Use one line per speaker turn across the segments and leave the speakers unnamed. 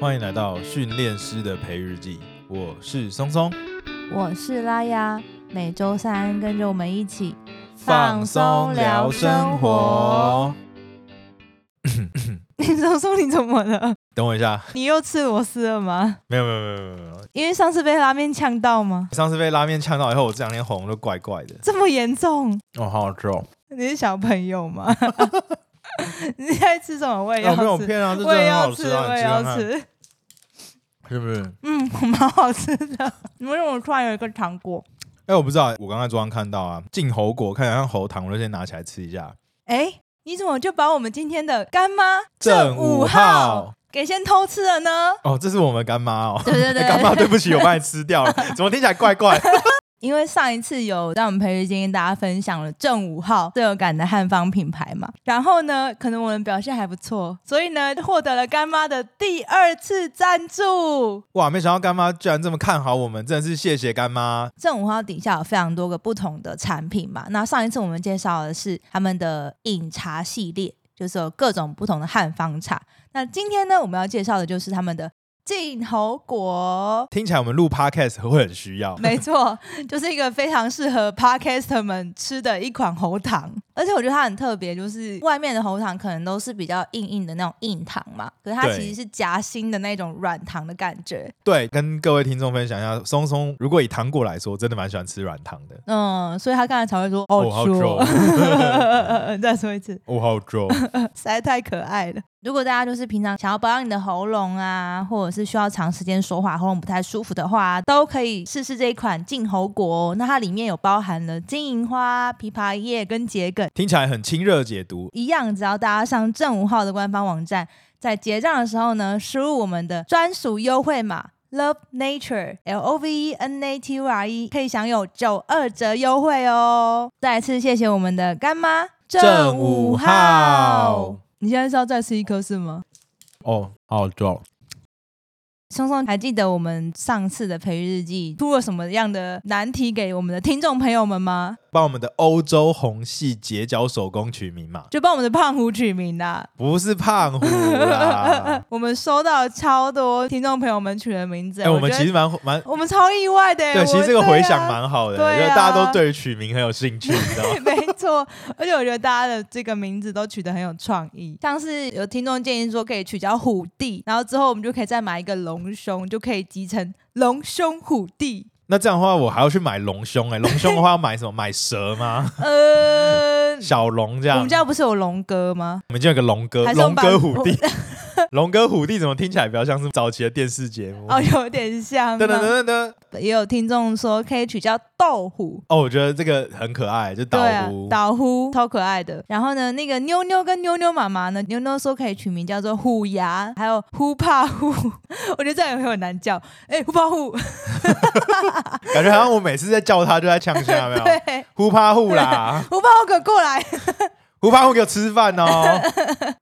欢迎来到训练师的培日记，我是松松，
我是拉雅，每周三跟着我们一起。。 你松松，你怎么了？
等我一下，
你又吃螺丝了吗？
没有没有没有没有没有，
因为上次被拉面呛到吗？
上次被拉面呛到以后，我这两天喉咙都怪怪的，
这么严重？
哦，好好吃哦，
你是小朋友吗？ 你现在吃什么？我也
哦
要
没有
吃，
骗啊，这
我
真
也
的很好
要
吃
吃，
啊，你
我也
吃看
要
看
吃。
是不是？
嗯，蛮好吃的。你为什么突然有一个糖 果？
哎，我不知道，我刚才桌上看到啊，进猴果看起来像喉糖，我就先拿起来吃一下。
哎，你怎么就把我们今天的干妈
正
五
五号
给先偷吃了呢？
哦，这是我们干妈哦，
对对对，
干妈，对不起，我把你吃掉了，怎么听起来怪怪？
因为上一次有让我们培育今跟大家分享了正五号最有感的汉方品牌嘛，然后呢，可能我们表现还不错，所以呢，获得了干妈的第二次赞助。
哇，没想到干妈居然这么看好我们，真的是谢谢干妈。
正五号底下有非常多个不同的产品嘛，那上一次我们介绍的是他们的饮茶系列，就是有各种不同的汉方茶。那今天呢，我们要介绍的就是他们的进喉果。
听起来我们录 podcast 会很需要，
没错，就是一个非常适合 podcaster 们吃的一款喉糖，而且我觉得它很特别，就是外面的喉糖可能都是比较硬硬的那种硬糖嘛，可是它
对
其实是夹心的那种软糖的感觉。
对，跟各位听众分享一下，松松如果以糖果来说，真的蛮喜欢吃软糖的。
嗯，所以他刚才才会说
哦好
哦，
吃哦
猪，再说一次，
哦，好重，
实在太可爱了。如果大家就是平常想要保养你的喉咙啊，或者是需要长时间说话，喉咙不太舒服的话，都可以试试这一款净喉果、哦。那它里面有包含了金银花、枇杷叶跟桔梗。
听起来很亲热解毒。
一样，只要大家上正五号的官方网站，在结账的时候呢，输入我们的专属优惠码 Love Nature L O V E N A T U R E，可以享有九二折优惠哦。再次谢谢我们的干妈
正五号。
你现在是要再吃一颗是吗？
哦，好重。
松松还记得我们上次的培育日记出了什么样的难题给我们的听众朋友们吗？
帮我们的欧洲红系结角手工取名嘛，
就帮我们的胖虎取名的、。
不是胖虎啦
我们收到超多听众朋友们取的名字，
哎、我们
觉
其
得
实蛮蛮，
我们超意外的耶。
对，其
我
实
们
这个回
对啊
响蛮好的，
对啊
因为大家都对于取名很有兴趣，你知道吗？
没错，而且我觉得大家的这个名字都取得很有创意，像是有听众建议说可以取叫虎弟，然后之后我们就可以再买一个龙兄，就可以集成龙兄虎弟。
那这样的话，我还要去买龙胸哎、龙胸的话要买什么？买蛇 吗？
呃，
小龙这样？
我们家不是有龙哥吗？
我们就有个龙哥，
还是我
龙
们把
哥虎弟， 龙哥虎弟怎么听起来比较像是早期的电视节目？
哦，有点像
噔噔
嘛。
噔噔哦噔！
也有啊听众说可以取叫斗虎，
哦，我觉得这个很可爱，就
对
岛
啊
湖，。
岛呼超可爱的。然后呢，那个妞妞跟妞妞妈妈呢，妞妞说可以取名叫做虎牙，还有呼怕呼， 我觉得这样也会很难叫。哎、呼怕呼，
感觉好像我每次在叫他就在呛下，有没有？
对，
呼趴呼啦，
呼怕呼可过来
呼趴呼给我吃饭哦。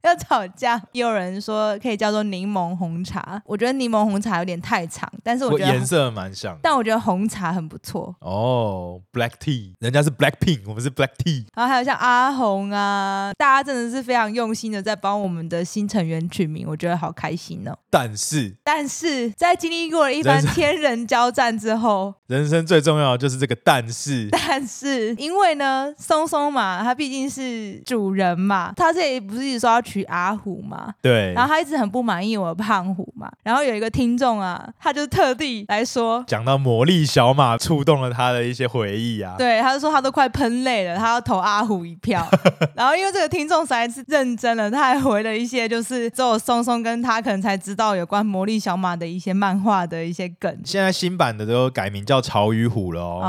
要吵架。也有人说可以叫做柠檬红茶，我觉得柠檬红茶有点太长，但是 我
我
觉得
颜，色蛮像的。
但我觉得红茶很不错。
哦，Black Tea，人家是 Black Pink，我们是 Black Tea。
然后还有像阿红啊，大家真的是非常用心的在帮我们的新成员取名，我觉得好开心哦。
但是
但是在经历过了一番
人生
天人交战之后，
人生最重要的就是这个但 是。
但是因为呢，松松嘛，他毕竟是主人嘛，他这里不是一直说要娶阿虎嘛，
对
然，后他一直很不满意我的胖虎嘛，然后有一个听众啊，他就特地来 说。
讲到魔力小马触动了他的一些回忆啊。
对，他就说他都快喷泪了，他要投阿虎一 票。然后因为这个听众实在是认真了，他还回了一些就是只有松松跟他可能才知道有关魔力小马的一些漫画的一些梗
现在新版的都改名叫潮与虎了哦。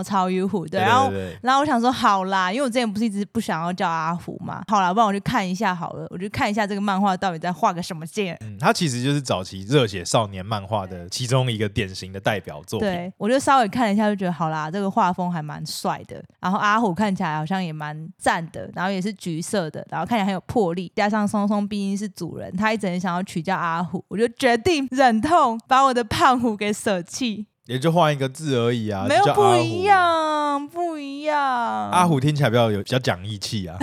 哦，超于虎对，然后
对对
然后我想说，好啦，因为我之前不是一直不想要叫阿虎嘛，好啦，不然我去看一下好了，我就看一下这个漫画到底在画个什么剑。
嗯，它其实就是早期热血少年漫画的其中一个典型的代表作品。
对，我就稍微看了一下，就觉得好啦，这个画风还蛮帅的，然后阿虎看起来好像也蛮赞的，然后也是橘色的，然后看起来很有魄力，加上松松毕竟是主人，他一直很想要取叫阿虎，我就决定忍痛把我的胖虎给舍弃。
也就换一个字而已啊，
没有
就叫
不
阿虎
一。样，不一样。
阿虎听起来比较有比较讲义气啊，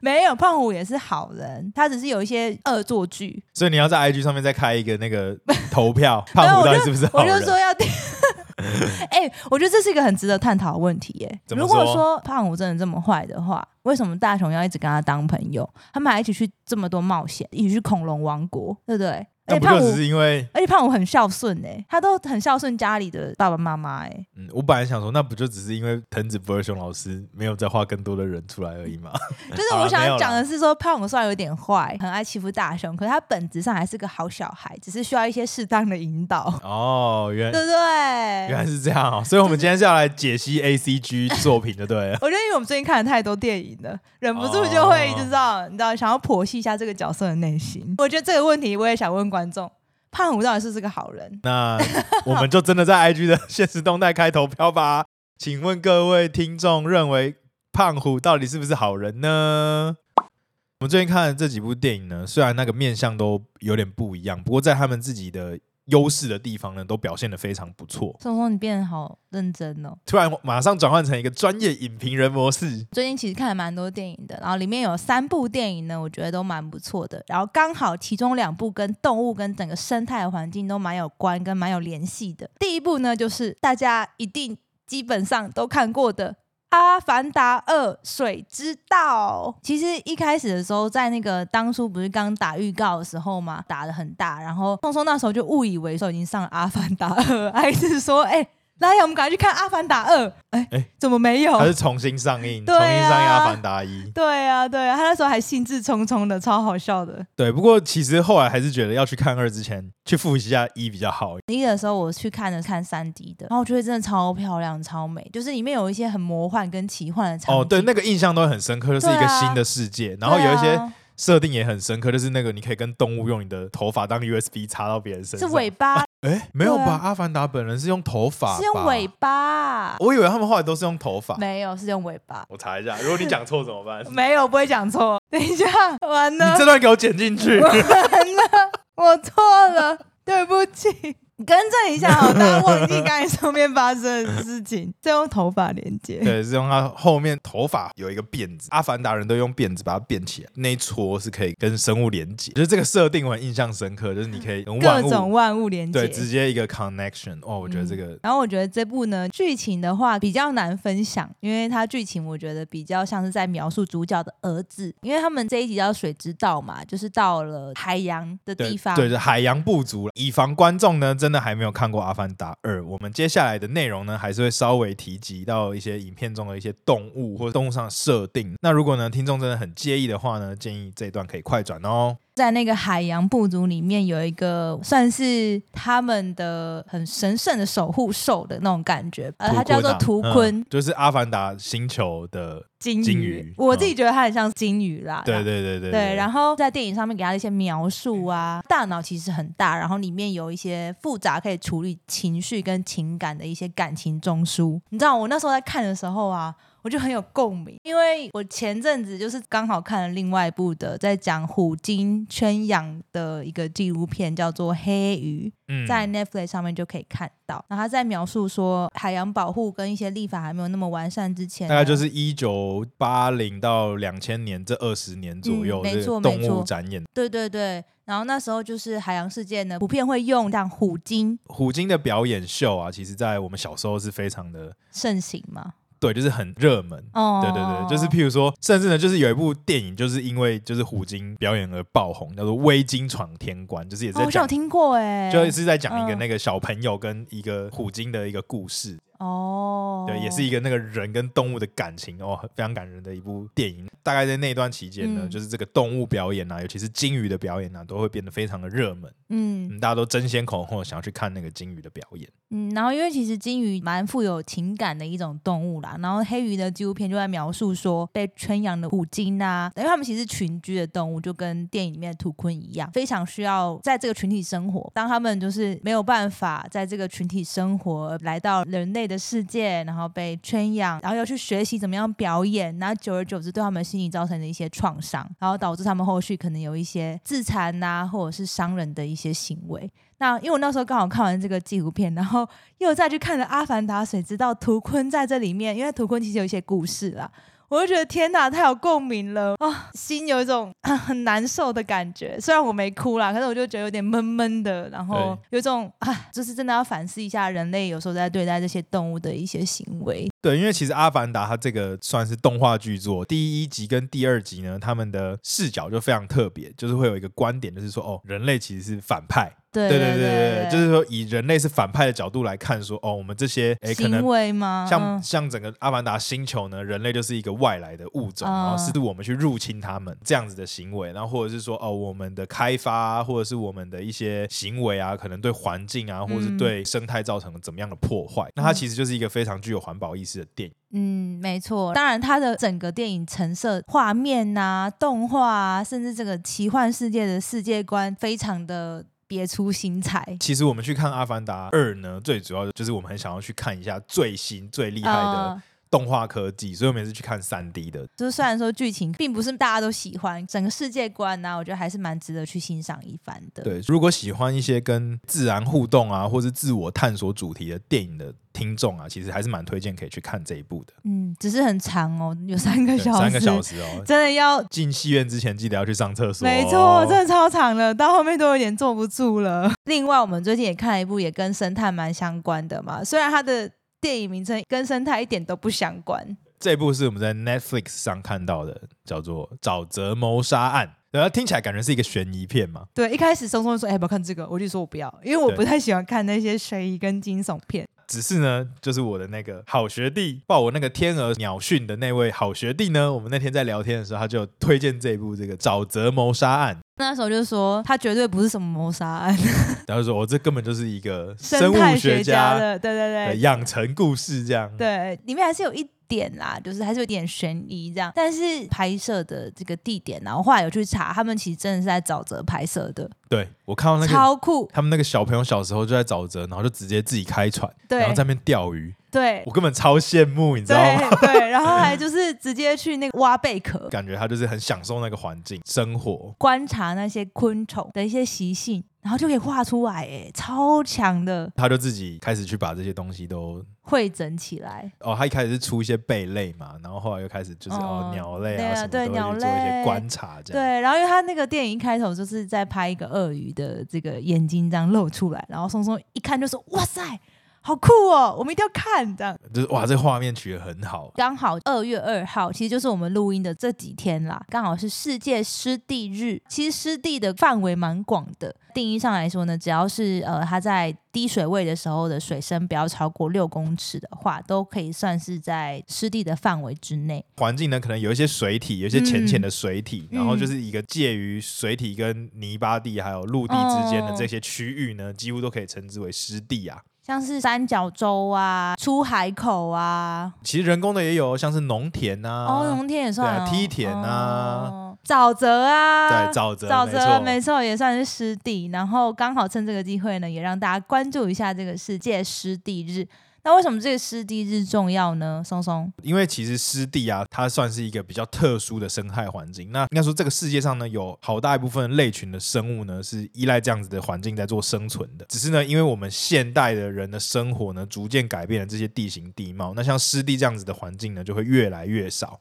没有胖虎也是好人，他只是有一些恶作剧。
所以你要在 IG 上面再开一个那 个投票，胖虎到底是不是好
我就
人？
说要定， 哎、我觉得这是一个很值得探讨的问题耶、
怎么
如果
说
说胖虎真的这么坏的话，为什么大雄要一直跟他当朋友？他们还一起去这么多冒险，一起去恐龙王国，对不对？
那
而且
不
胖
就
哎虎
只，是因为，
而且胖虎很孝顺哎、他都很孝顺家里的爸爸妈妈 哎。
嗯，我本来想说，那不就只是因为藤子不二雄老师没有再画更多的人出来而已嘛？
就是
好啦
我想
啊没有
要
啦
讲的是说，胖虎虽然有点坏，很爱欺负大雄，可是他本质上还是个好小孩，只是需要一些适当的引导，
哦，原
对不
原来
对？。
是这样哦，所以我们今天是要来解析 A C G 作品的，对了
我觉得因为我们最近看了太多电影了，忍不住就会
哦
就知道，你知道想要剖析一下这个角色的内心。我觉得这个问题我也想问观众：胖虎到底是不是个好人？
那我们就真的在 IG 的 现实动态开投票吧。请问各位听众认为胖虎到底是不是好人呢？我们最近看的这几部电影呢，虽然那个面相都有点不一样，不过在他们自己的优势的地方呢，都表现得非常不错。
松松，你变得好认真哦。
突然马上转换成一个专业影评人模式，
最近其实看了蛮多电影的，然后里面有三部电影呢，我觉得都蛮不错的。然后刚好其中两部跟动物跟整个生态环境都蛮有关，跟蛮有联系的。第一部呢，就是大家一定基本上都看过的《阿凡达二：水之道》。其实一开始的时候，在那个当初不是刚打预告的时候嘛，打的很大，然后松松那时候就误以为说已经上了《阿凡达二》，还是说哎。来呀，我们赶快去看《阿凡达二》哎、
哎
怎么没有？
它是重新上映，
对
重
啊
新上映《阿凡达一》。
对啊，对啊，他那时候还兴致冲冲的，超好笑的。
对，不过其实后来还是觉得要去看二之前去复习一下一比较好。
一的时候我去看了看三 D 的，然后我觉得真的超漂亮、超美，就是里面有一些很魔幻跟奇幻的场景。
哦，对，那个印象都很深刻，就是一
对
个
啊
新的世界，然后有一
对
些
啊
设定也很深刻，就是那个你可以跟动物用你的头发当 USB 插到别人身
是
上。
尾巴，
哎，没有吧？
对啊
阿凡达本人是用头发，
是用尾。巴，
我以为他们后来都是用头发。
没有是用尾 巴，
我查一下，如果你讲错怎么 办？
没有不会讲错。等一下，完了
你，这段给我剪进 去。
我错了，对不起。更正一下好，大家忘记刚才上面发生的 事情，再用头发连接。
对，是用他后面头发有一个辫子，阿凡达人都用辫子把它辫起来，那一撮是可以跟生物连接，就是这个设定我很印象深刻，就是你可以跟
各
万
种
物
万物连接，
对直接一个 connection。哦，我觉得这个、
然后我觉得这部呢，剧情的话比较难分享，因为它剧情我觉得比较像是在描述主角的儿子，因为他们这一集叫水之道嘛，就是到了海洋的
对
地方。
对，就海洋不足。以防观众呢真的还没有看过《阿凡达二》，我们接下来的内容呢还是会稍微提及到一些影片中的一些动物或者动物上的设定。那如果呢听众真的很介意的话呢，建议这一段可以快转哦。
在那个海洋部族里面有一个算是他们的很神圣的守护兽的那种感觉，呃，它叫做
图
图
坤啊
坤、
嗯就是《阿凡达》星球的，
金鱼。
鲸鱼嗯
我自己觉得它很像金鱼啦。
对对对对嗯
对，然
后
后在电影上面给他的一些描述啊，大脑其实很大，然后里面有一些复杂可以处理情绪跟情感的一些感情中枢。你知道我那时候在看的时候啊，我就很有共鸣，因为我前阵子就是刚好看了另外一部的，在讲虎鲸圈养的一个纪录片，叫做《黑鱼》。
嗯
在 Netflix 上面就可以看到，那他在描述说海洋保护跟一些立法还没有那么完善之前呢，
大概就是一九八零到两千年这二十年左右
嗯没
这
错
个
没
动
错
物展演。
对对对，然后那时候就是海洋世界呢，普遍会用像虎鲸
虎鲸的表演秀啊，其实在我们小时候是非常的
盛行嘛。
对，就是很热门。
哦，
对对对，就是譬如说，甚至呢，就是有一部电影，就是因为就是虎鲸表演而爆红，叫做《微鲸闯天关》，就是也是
哦，
在
我像
讲，
有听过哎、
就是在讲一个
嗯
那个小朋友跟一个虎鲸的一个故事，
哦，
对，也是一个那个人跟动物的感情哦，非常感人的一部电影。大概在那段期间呢，
嗯
就是这个动物表演啊，尤其是鲸鱼的表演啊，都会变得非常的热门，
嗯
嗯，大家都争先恐后想要去看那个鲸鱼的表演。
嗯，然后因为其实金鱼蛮富有情感的一种动物啦，然后黑鱼的纪录片就在描述说被圈养的虎鲸啊，因为它们其实是群居的动物，就跟电影里面的图坤一样，非常需要在这个群体生活。当它们就是没有办法在这个群体生活，而来到人类的的世界，然后被圈养，然后又去学习怎么样表演，那久而久之对他们心理造成的一些创伤，然后导致他们后续可能有一些自残呐、或者是伤人的一些行为。那因为我那时候刚好看完这个纪录片，然后 又再去看了《阿凡达》，谁知道图坤在这里面，因为图坤其实有一些故事啦，我就觉得天哪，太有共鸣了啊、心有一种 很难受的感觉。虽然我没哭啦，可是我就觉得有点闷闷的，然后有一种啊，就是真的要反思一下人类有时候在对待这些动物的一些行为。
对，因为其实《阿凡达》它这个算是动画巨作，第一集跟第二集呢，他们的视角就非常特别，就是会有一个观点，就是说哦，人类其实是反派，
对
对
对
对对，就是说以人类是反派的角度来看说，哦，我们这些诶可能
行为吗？
像、
嗯
像整个阿凡达星球呢，人类就是一个外来的物种，然后
嗯
是我们去入侵他们这样子的行为，然后或者是说哦，我们的开发、啊、或者是我们的一些行为啊，可能对环境啊，或者是
嗯
对生态造成了怎么样的破坏，那它其实就是一个非常具有环保意识的电影。
嗯，没错。当然，它的整个电影陈设、画面呐、动画啊，甚至这个奇幻世界的世界观，非常的别出心裁。
其实我们去看《阿凡达二》呢，最主要就是我们很想要去看一下最新最厉害的
嗯
动画科技，所以我们也是去看三 D 的。
就是虽然说剧情并不是大家都喜欢，整个世界观呢、我觉得还是蛮值得去欣赏一番的。
对，如果喜欢一些跟自然互动啊，或是自我探索主题的电影的听众啊，其实还是蛮推荐可以去看这一部的，
嗯，只是很长哦，有三个
对
小时，
三个小时哦。
真的要，
进戏院之前记得要去上厕所哦、
没错，真的超长了，到后面都有点坐不住了。 另外，我们最近也看了一部也跟生态蛮相关的嘛，虽然它的电影名称跟生态一点都不相关，
这部是我们在 Netflix 上看到的，叫做《沼泽谋杀案》，然后听起来感觉是一个悬疑片嘛。
对，一开始松松就说：“哎、要不要看这个？”我就说我不要，因为我
对
不太喜欢看那些悬疑跟惊悚片。
只是呢，就是我的那个好学弟报我那个天鹅鸟训的那位好学弟呢，我们那天在聊天的时候，他就推荐这一部这个《沼泽谋杀案
那时候就说他绝对不是什么谋杀案，》，
然后说哦我、这根本就是一个
生
物
态
学
家
家
的，对对
的
对，
养成故事这样。，
对，里面还是有一点啦，就是还是有点悬疑这样。但是拍摄的这个地点啊，然后后来有去查，他们其实真的是在沼泽拍摄的，
对我看到那个
超酷。
他们那个小朋友小时候就在沼泽，然后就直接自己开船，
对
然后在那边钓鱼，
对
我根本超羡慕，你知道吗？
对对，然后还就是直接去那个挖贝壳，
感觉他就是很享受那个环境生活。
观察那些昆虫的一些习性，然后就可以画出来，哎，超强的
他就自己开始去把这些东西都
汇整起来。
哦，他一开始是出一些贝类嘛，然后后来又开始就是哦
哦
鸟类
对
啊
啊
什么
对
都会
鸟
去做一些
类
观察这样。
对，然后因为他那个电影一开头就是在拍一个鳄鱼的这个眼睛这样露出来，然后松松一看就说：“哇塞，好酷哦，我们一定要看！”这样
就是哇，这画面取得很好。
刚好二月二号，其实就是我们录音的这几天啦，刚好是世界湿地日。其实湿地的范围蛮广的，定义上来说呢，只要是呃它在低水位的时候的水深不要超过六公尺的话，都可以算是在湿地的范围之内。
环境呢，可能有一些水体，有一些浅浅的水体，
嗯
然后就是一个介于水体跟泥巴地还有陆地之间
哦
的这些区域呢，几乎都可以称之为湿地啊。
像是三角洲啊、出海口啊，
其实人工的也有，像是农田啊，
哦，农田也算、
对
哦
啊，梯田啊
哦沼泽啊，
对，沼泽，
沼泽
没
没错，也算是湿地。然后刚好趁这个机会呢，也让大家关注一下这个世界湿地日。那为什么这个湿地日重要呢？松松，
因为其实湿地啊，它算是一个比较特殊的生态环境。那应该说，这个世界上呢，有好大一部分类群的生物呢，是依赖这样子的环境在做生存的。只是呢，因为我们现代的人的生活呢，逐渐改变了这些地形地貌，那像湿地这样子的环境呢，就会越来越少。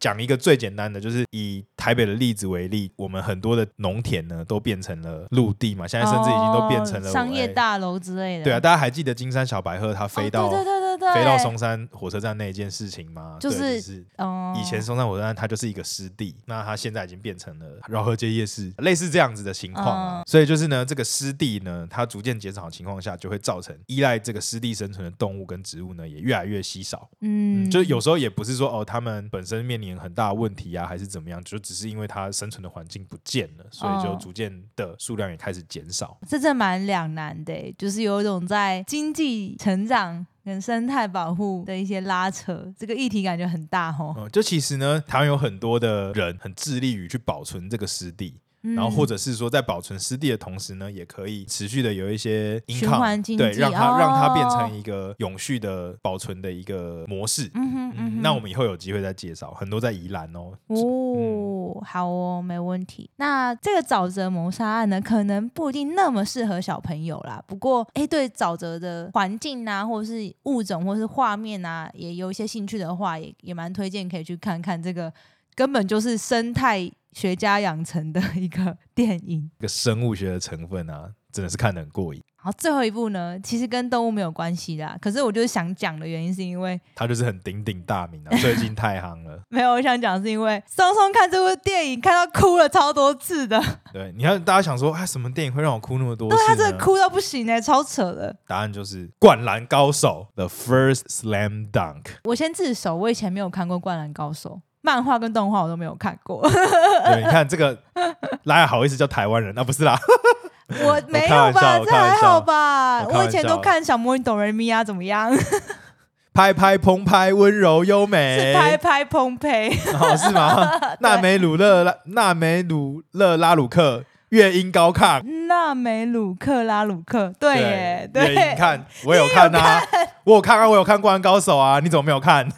讲一个最简单的，就是以台北的例子为例，我们很多的农田呢都变成了陆地嘛，现在甚至已经都变成了、
哦商业
哎
大楼之类的。
对啊，大家还记得金山小白鹤它飞到、
哦、对对对对对，
飞到松山火车站那一件事情吗？
就
对
是
是
哦，
以前松山火车站它就是一个湿地，那它现在已经变成了饶河街夜市，类似这样子的情况
嗯
啊。所以就是呢，这个湿地呢，它逐渐减少的情况下，就会造成依赖这个湿地生存的动物跟植物呢，也越来越稀少。
嗯，
嗯，就是有时候也不是说哦，它们本身面临很大的问题啊，还是怎么样，就只是因为它生存的环境不见了，所以就
哦
逐渐的数量也开始减少。
这真的蛮两难的欸，就是有一种在经济成长跟生态保护的一些拉扯，这个议题感觉很大吼。
哦嗯，就其实呢，台湾有很多的人很致力于去保存这个湿地，
嗯
然后或者是说在保存湿地的同时呢，也可以持续的有一些 income,
循环经济
对，让它、
哦
让它变成一个永续的保存的一个模式。
嗯哼嗯哼，
那我们以后有机会再介绍，很多在宜兰哦。
哦，好哦，没问题。那这个沼泽谋杀案呢，可能不一定那么适合小朋友啦。不过，哎，对沼泽的环境啊，或者是物种，或是画面啊，也有一些兴趣的话，也也蛮推荐可以去看看。这个根本就是生态学家养成的一个 电影。
这个生物学的成分啊，真的是看得很过瘾。
然后最后一部呢，其实跟动物没有关系啦。可是我就是想讲的原因，是因为
它就是很鼎鼎大名啊，最近太夯了。
没有，我想讲是因为松松看这部电影看到哭了超多次的，
对，你看大家想说，啊，什么电影会让我哭那么多次
对
呢？
他真的哭到不行哎、超扯的。
答案就是《灌篮高手》The First Slam Dunk。
我先自首，我以前没有看过《灌篮高手》，漫画跟动画我都没有看 过，
对，你看这个，哪有好意思叫台湾人啊？不是啦，
我没
开
有
玩
吧？
笑
这还好吧？
我
我
开玩笑
以前都看《小魔女哆瑞咪呀》怎么样？
拍拍澎湃，温柔优美，
是拍拍蓬佩，
哦，是 吗？纳美鲁勒拉纳美鲁勒拉鲁克，乐音高亢，
娜美鲁克拉鲁克，对耶，
乐音
对。
看，我有看啊，我有看啊，我有看《灌篮高手》啊，你怎么没有看？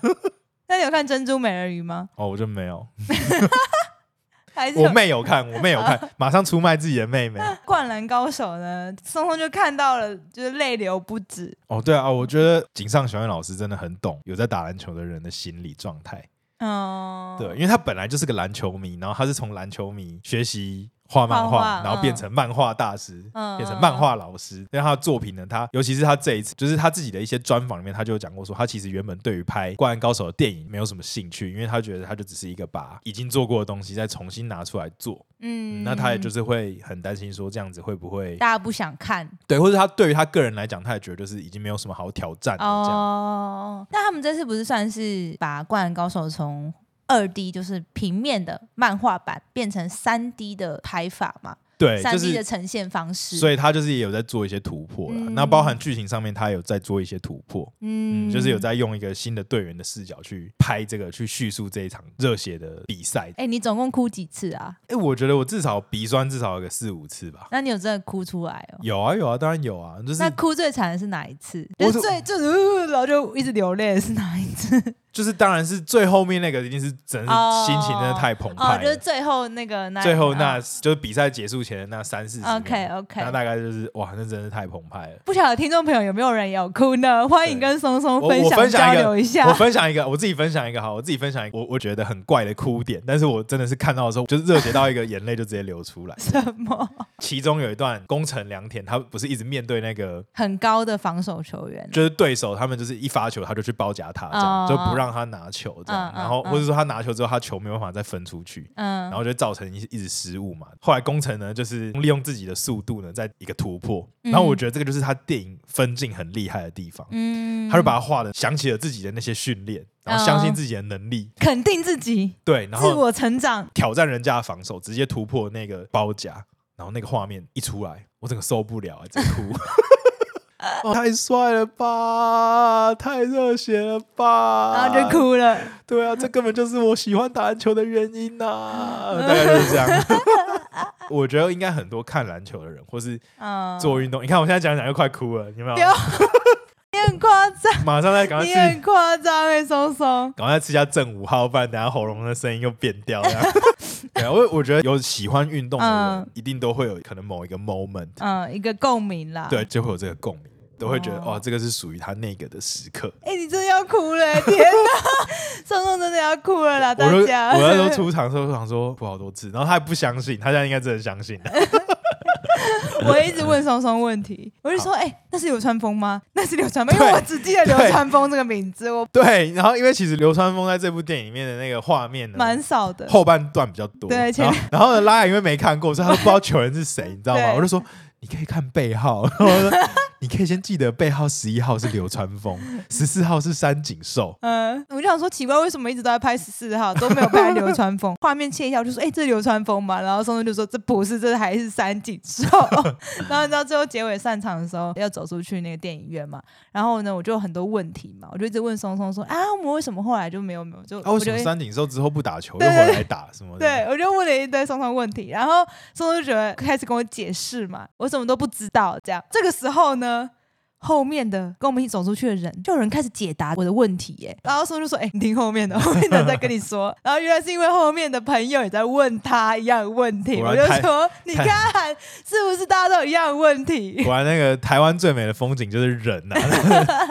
那你有看《珍珠美人鱼》吗？
哦，我就没有，
还是 有
我妹有看，我妹有看， 马上出卖自己的妹妹。
《灌篮高手》呢？松松就看到了，就是泪流不止。
哦，对啊，我觉得井上雄彦老师真的很懂有在打篮球的人的心理状态。
嗯，
对，因为他本来就是个篮球迷，然后他是从篮球迷学习画漫
画
画，
画
然后变成漫画大师，
嗯
变成
嗯
漫画老师。但他的作品呢，他尤其是他这一次，就是他自己的一些专访里面，他就有讲过说，他其实原本对于拍《灌篮高手》的电影没有什么兴趣，因为他觉得他就只是一个把已经做过的东西再重新拿出来做。
嗯，
那他也就是会很担心说这样子会不会
大家不想看
对，或者他对于他个人来讲，他也觉得就是已经没有什么好挑战了这样。
哦。那他们这次不是算是把《灌篮高手》从二 D 就是平面的漫画版变成三 D 的拍法嘛？
对，
三
就
D
是。
的呈现方式。
所
以，
以他就是也有在做一些突破啦，
嗯
那包含剧情上面他有在做一些突破，嗯，
嗯
就是有。在用一个新的队员的视角去拍这个，去叙述这一场热血的比赛。
哎、你总共哭几次啊？
哎、我觉得我至少鼻酸至少有个四五次吧。
那你有真的哭出来哦？
有啊有啊，当然有啊，就是
那哭最惨的是哪一次？
我
就是
是
最就是、呃然后就一直流泪的是哪一次？
就是当然是最后面那个一定是真
哦
是心情真的太澎
哦，
湃
就
了。
是最后那个啊那
最后那、就是比赛结束前的那三四十秒
OK OK，
那大概就是哇，那真的是太澎湃了。
不晓得听众朋友有没有人也有哭呢？欢迎
对
跟松松
我
分
我
享
分享
交
一个
流一下。
我。分享一个，我自己分享一个好，我自己分享一个，我我觉得很怪的哭点，但是我真的是看到的时候，就是热血到一个眼泪就直接流出来
什么
其中有一段宫城良田，他不是一直面对那个
很高的防守球员？
就是对手他们就是一发球他就去包夹他，这样、
哦
就不让他拿球，这样，
嗯嗯
然后、
嗯
或者说他拿球之后他球没有办法再分出去。
嗯
然，后就造成一一直失误嘛。后来工程呢，就是利用自己的速度呢，在一个突破。嗯然后我觉得这个就是他电影分镜很厉害的地方，
嗯
他就把它画的想起了自己的那些训练，然后相信自己的能力，
肯定自己，
对，然
自
后
我成长。
挑战人家的防守，直接突破那个包夹，然后那个画面一出来，我整个受不了、欸，在哭。 哦太帅了吧，太热血了吧，
然后就。哭了，
对啊，这根本就是我喜欢打篮球的原因呐、 大概就是这样。 我觉得应该很多看篮球的人，或是
嗯，啊
做运动。你看我现在讲讲就快哭了，有没有
不？要，你很夸张，
马上再赶快
你
吃，
很夸张哎，松松，
赶快吃一下正五号，不然等下喉咙的声音又变掉了。 对啊，我我觉得有喜欢运动的人，
嗯
一定都会有可能某一个 moment，、
嗯，一个共鸣啦。
对，，就会有这个共鸣，都会觉得
哦
哇，这个是属于他那个的时刻。
哎，你真的要哭了欸，天哪， 松松真的要哭了啦，
我
啊大
就我
家。
那时候出场的时候想说哭好多次，然后他还不相信，他现在应该真的相 信了。
我一直问松松问题，我就说，哎、那是流川枫吗？那是流川枫，因为
啊对
我只记得流川枫这个名字，我
对，然后因为其实流川枫在这部电影里面的那个画面呢，
蛮少的。
后半段比较多。
对前
然后然后呢，拉雅因为没看过，所以他都不知道球员是谁，你知道吗？
对
我就说你可以看背号，然后我就说 你可以先记得背号十一号是流川枫，十四号是山井寿。
嗯，我就想说奇怪，为什么一直都在拍十四号，都没有拍流川 枫？画面切一下，我就说，哎、这流川枫嘛。然后松村就说，这不是，这还是三井 寿。然后你知道最后结尾散场的时候，要走出去那个电影院嘛。然后呢，我就有很多问题嘛，我就一直问松松说，啊，我们为什么后来就没有没有就？
啊，为
我
什
就
么山井寿之后不打球，又
对
回来打什么的？
对，我就问了一堆松松问题，然后松松就觉得开始跟我解释嘛，我什么都不知道。这样，这个时候呢，后面的跟我们一起走出去的人，就有人开始解答我的问题耶。然后松松就说：“哎、你听后面的，后面的在跟你说。”然后原来是因为后面的朋友也在问他一样的问题，
果
我
然
就
太
说：“你
太
看，是不是大家都有一样的问题
果然那个台湾最美的风景就是人 呐、啊，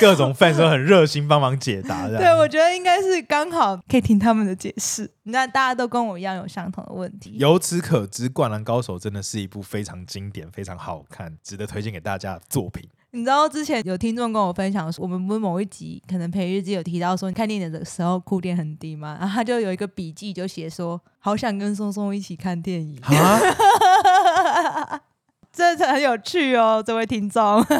各种 fans 都很热心帮忙解答？”的。
对，我觉得应该是刚好可以听他们的解释。那大家都跟我一样有相同的问题。
由此可知，《灌篮高手》真的是一部非常经典、非常好看、值得推荐给大家的作 品。
你知道之前有听众跟我分享说，我们不是某一集可能培育日记有提到说，你看电影的时候哭点很低嘛，然后他就有一个笔记就写说，好想跟松松一起看电影，
啊，
这是很有趣哦，这位听众。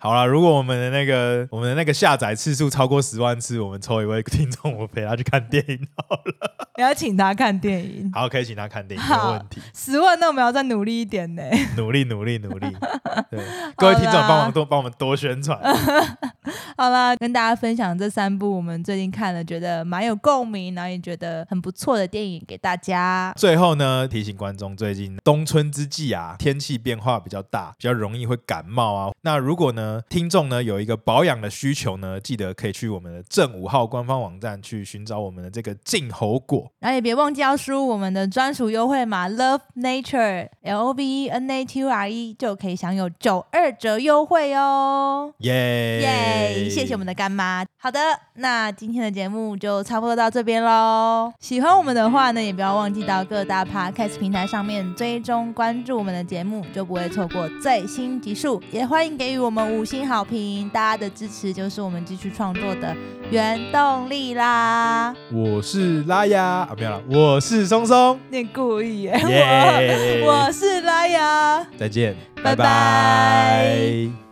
好啦，如果我们的那个我们的那个下载次数超过十万次，我们抽一位听众，我陪他去看电 影好了。
你要请他看电影，
好，可以请他看电影，没有
好
问题。
十万，那我们要再努力一点呢。
努力，努力，努力。对，各位听众帮忙多帮我们多宣传。
好啦，跟大家分享这三部我们最近看了，觉得蛮有共鸣，然后也觉得很不错的电影给大家。
最后呢，提醒观众，最近冬春之际啊，天气变化比较大，比较容易会感冒啊。那如果呢，听众呢有一个保养的需求呢，记得可以去我们的正五号官方网站去寻找我们的这个净喉果。
然后也别忘记要输入我们的专属优惠码 Love Nature L O V E N A T U R E 就可以享有九二折优惠哦。
耶
耶谢谢我们的干妈。好的，那今天的节目就差不多到这边喽。喜欢我们的话呢，也不要忘记到各大 podcast 平台上面追踪关注我们的节目，就不会错过最新集数。也欢迎给予我们五星好评，大家的支持就是我们继续创作的原动力啦。
我是拉雅啊，没有了，我是松松，
你故意耶、
耶、
我是拉雅。
再见，
拜拜
拜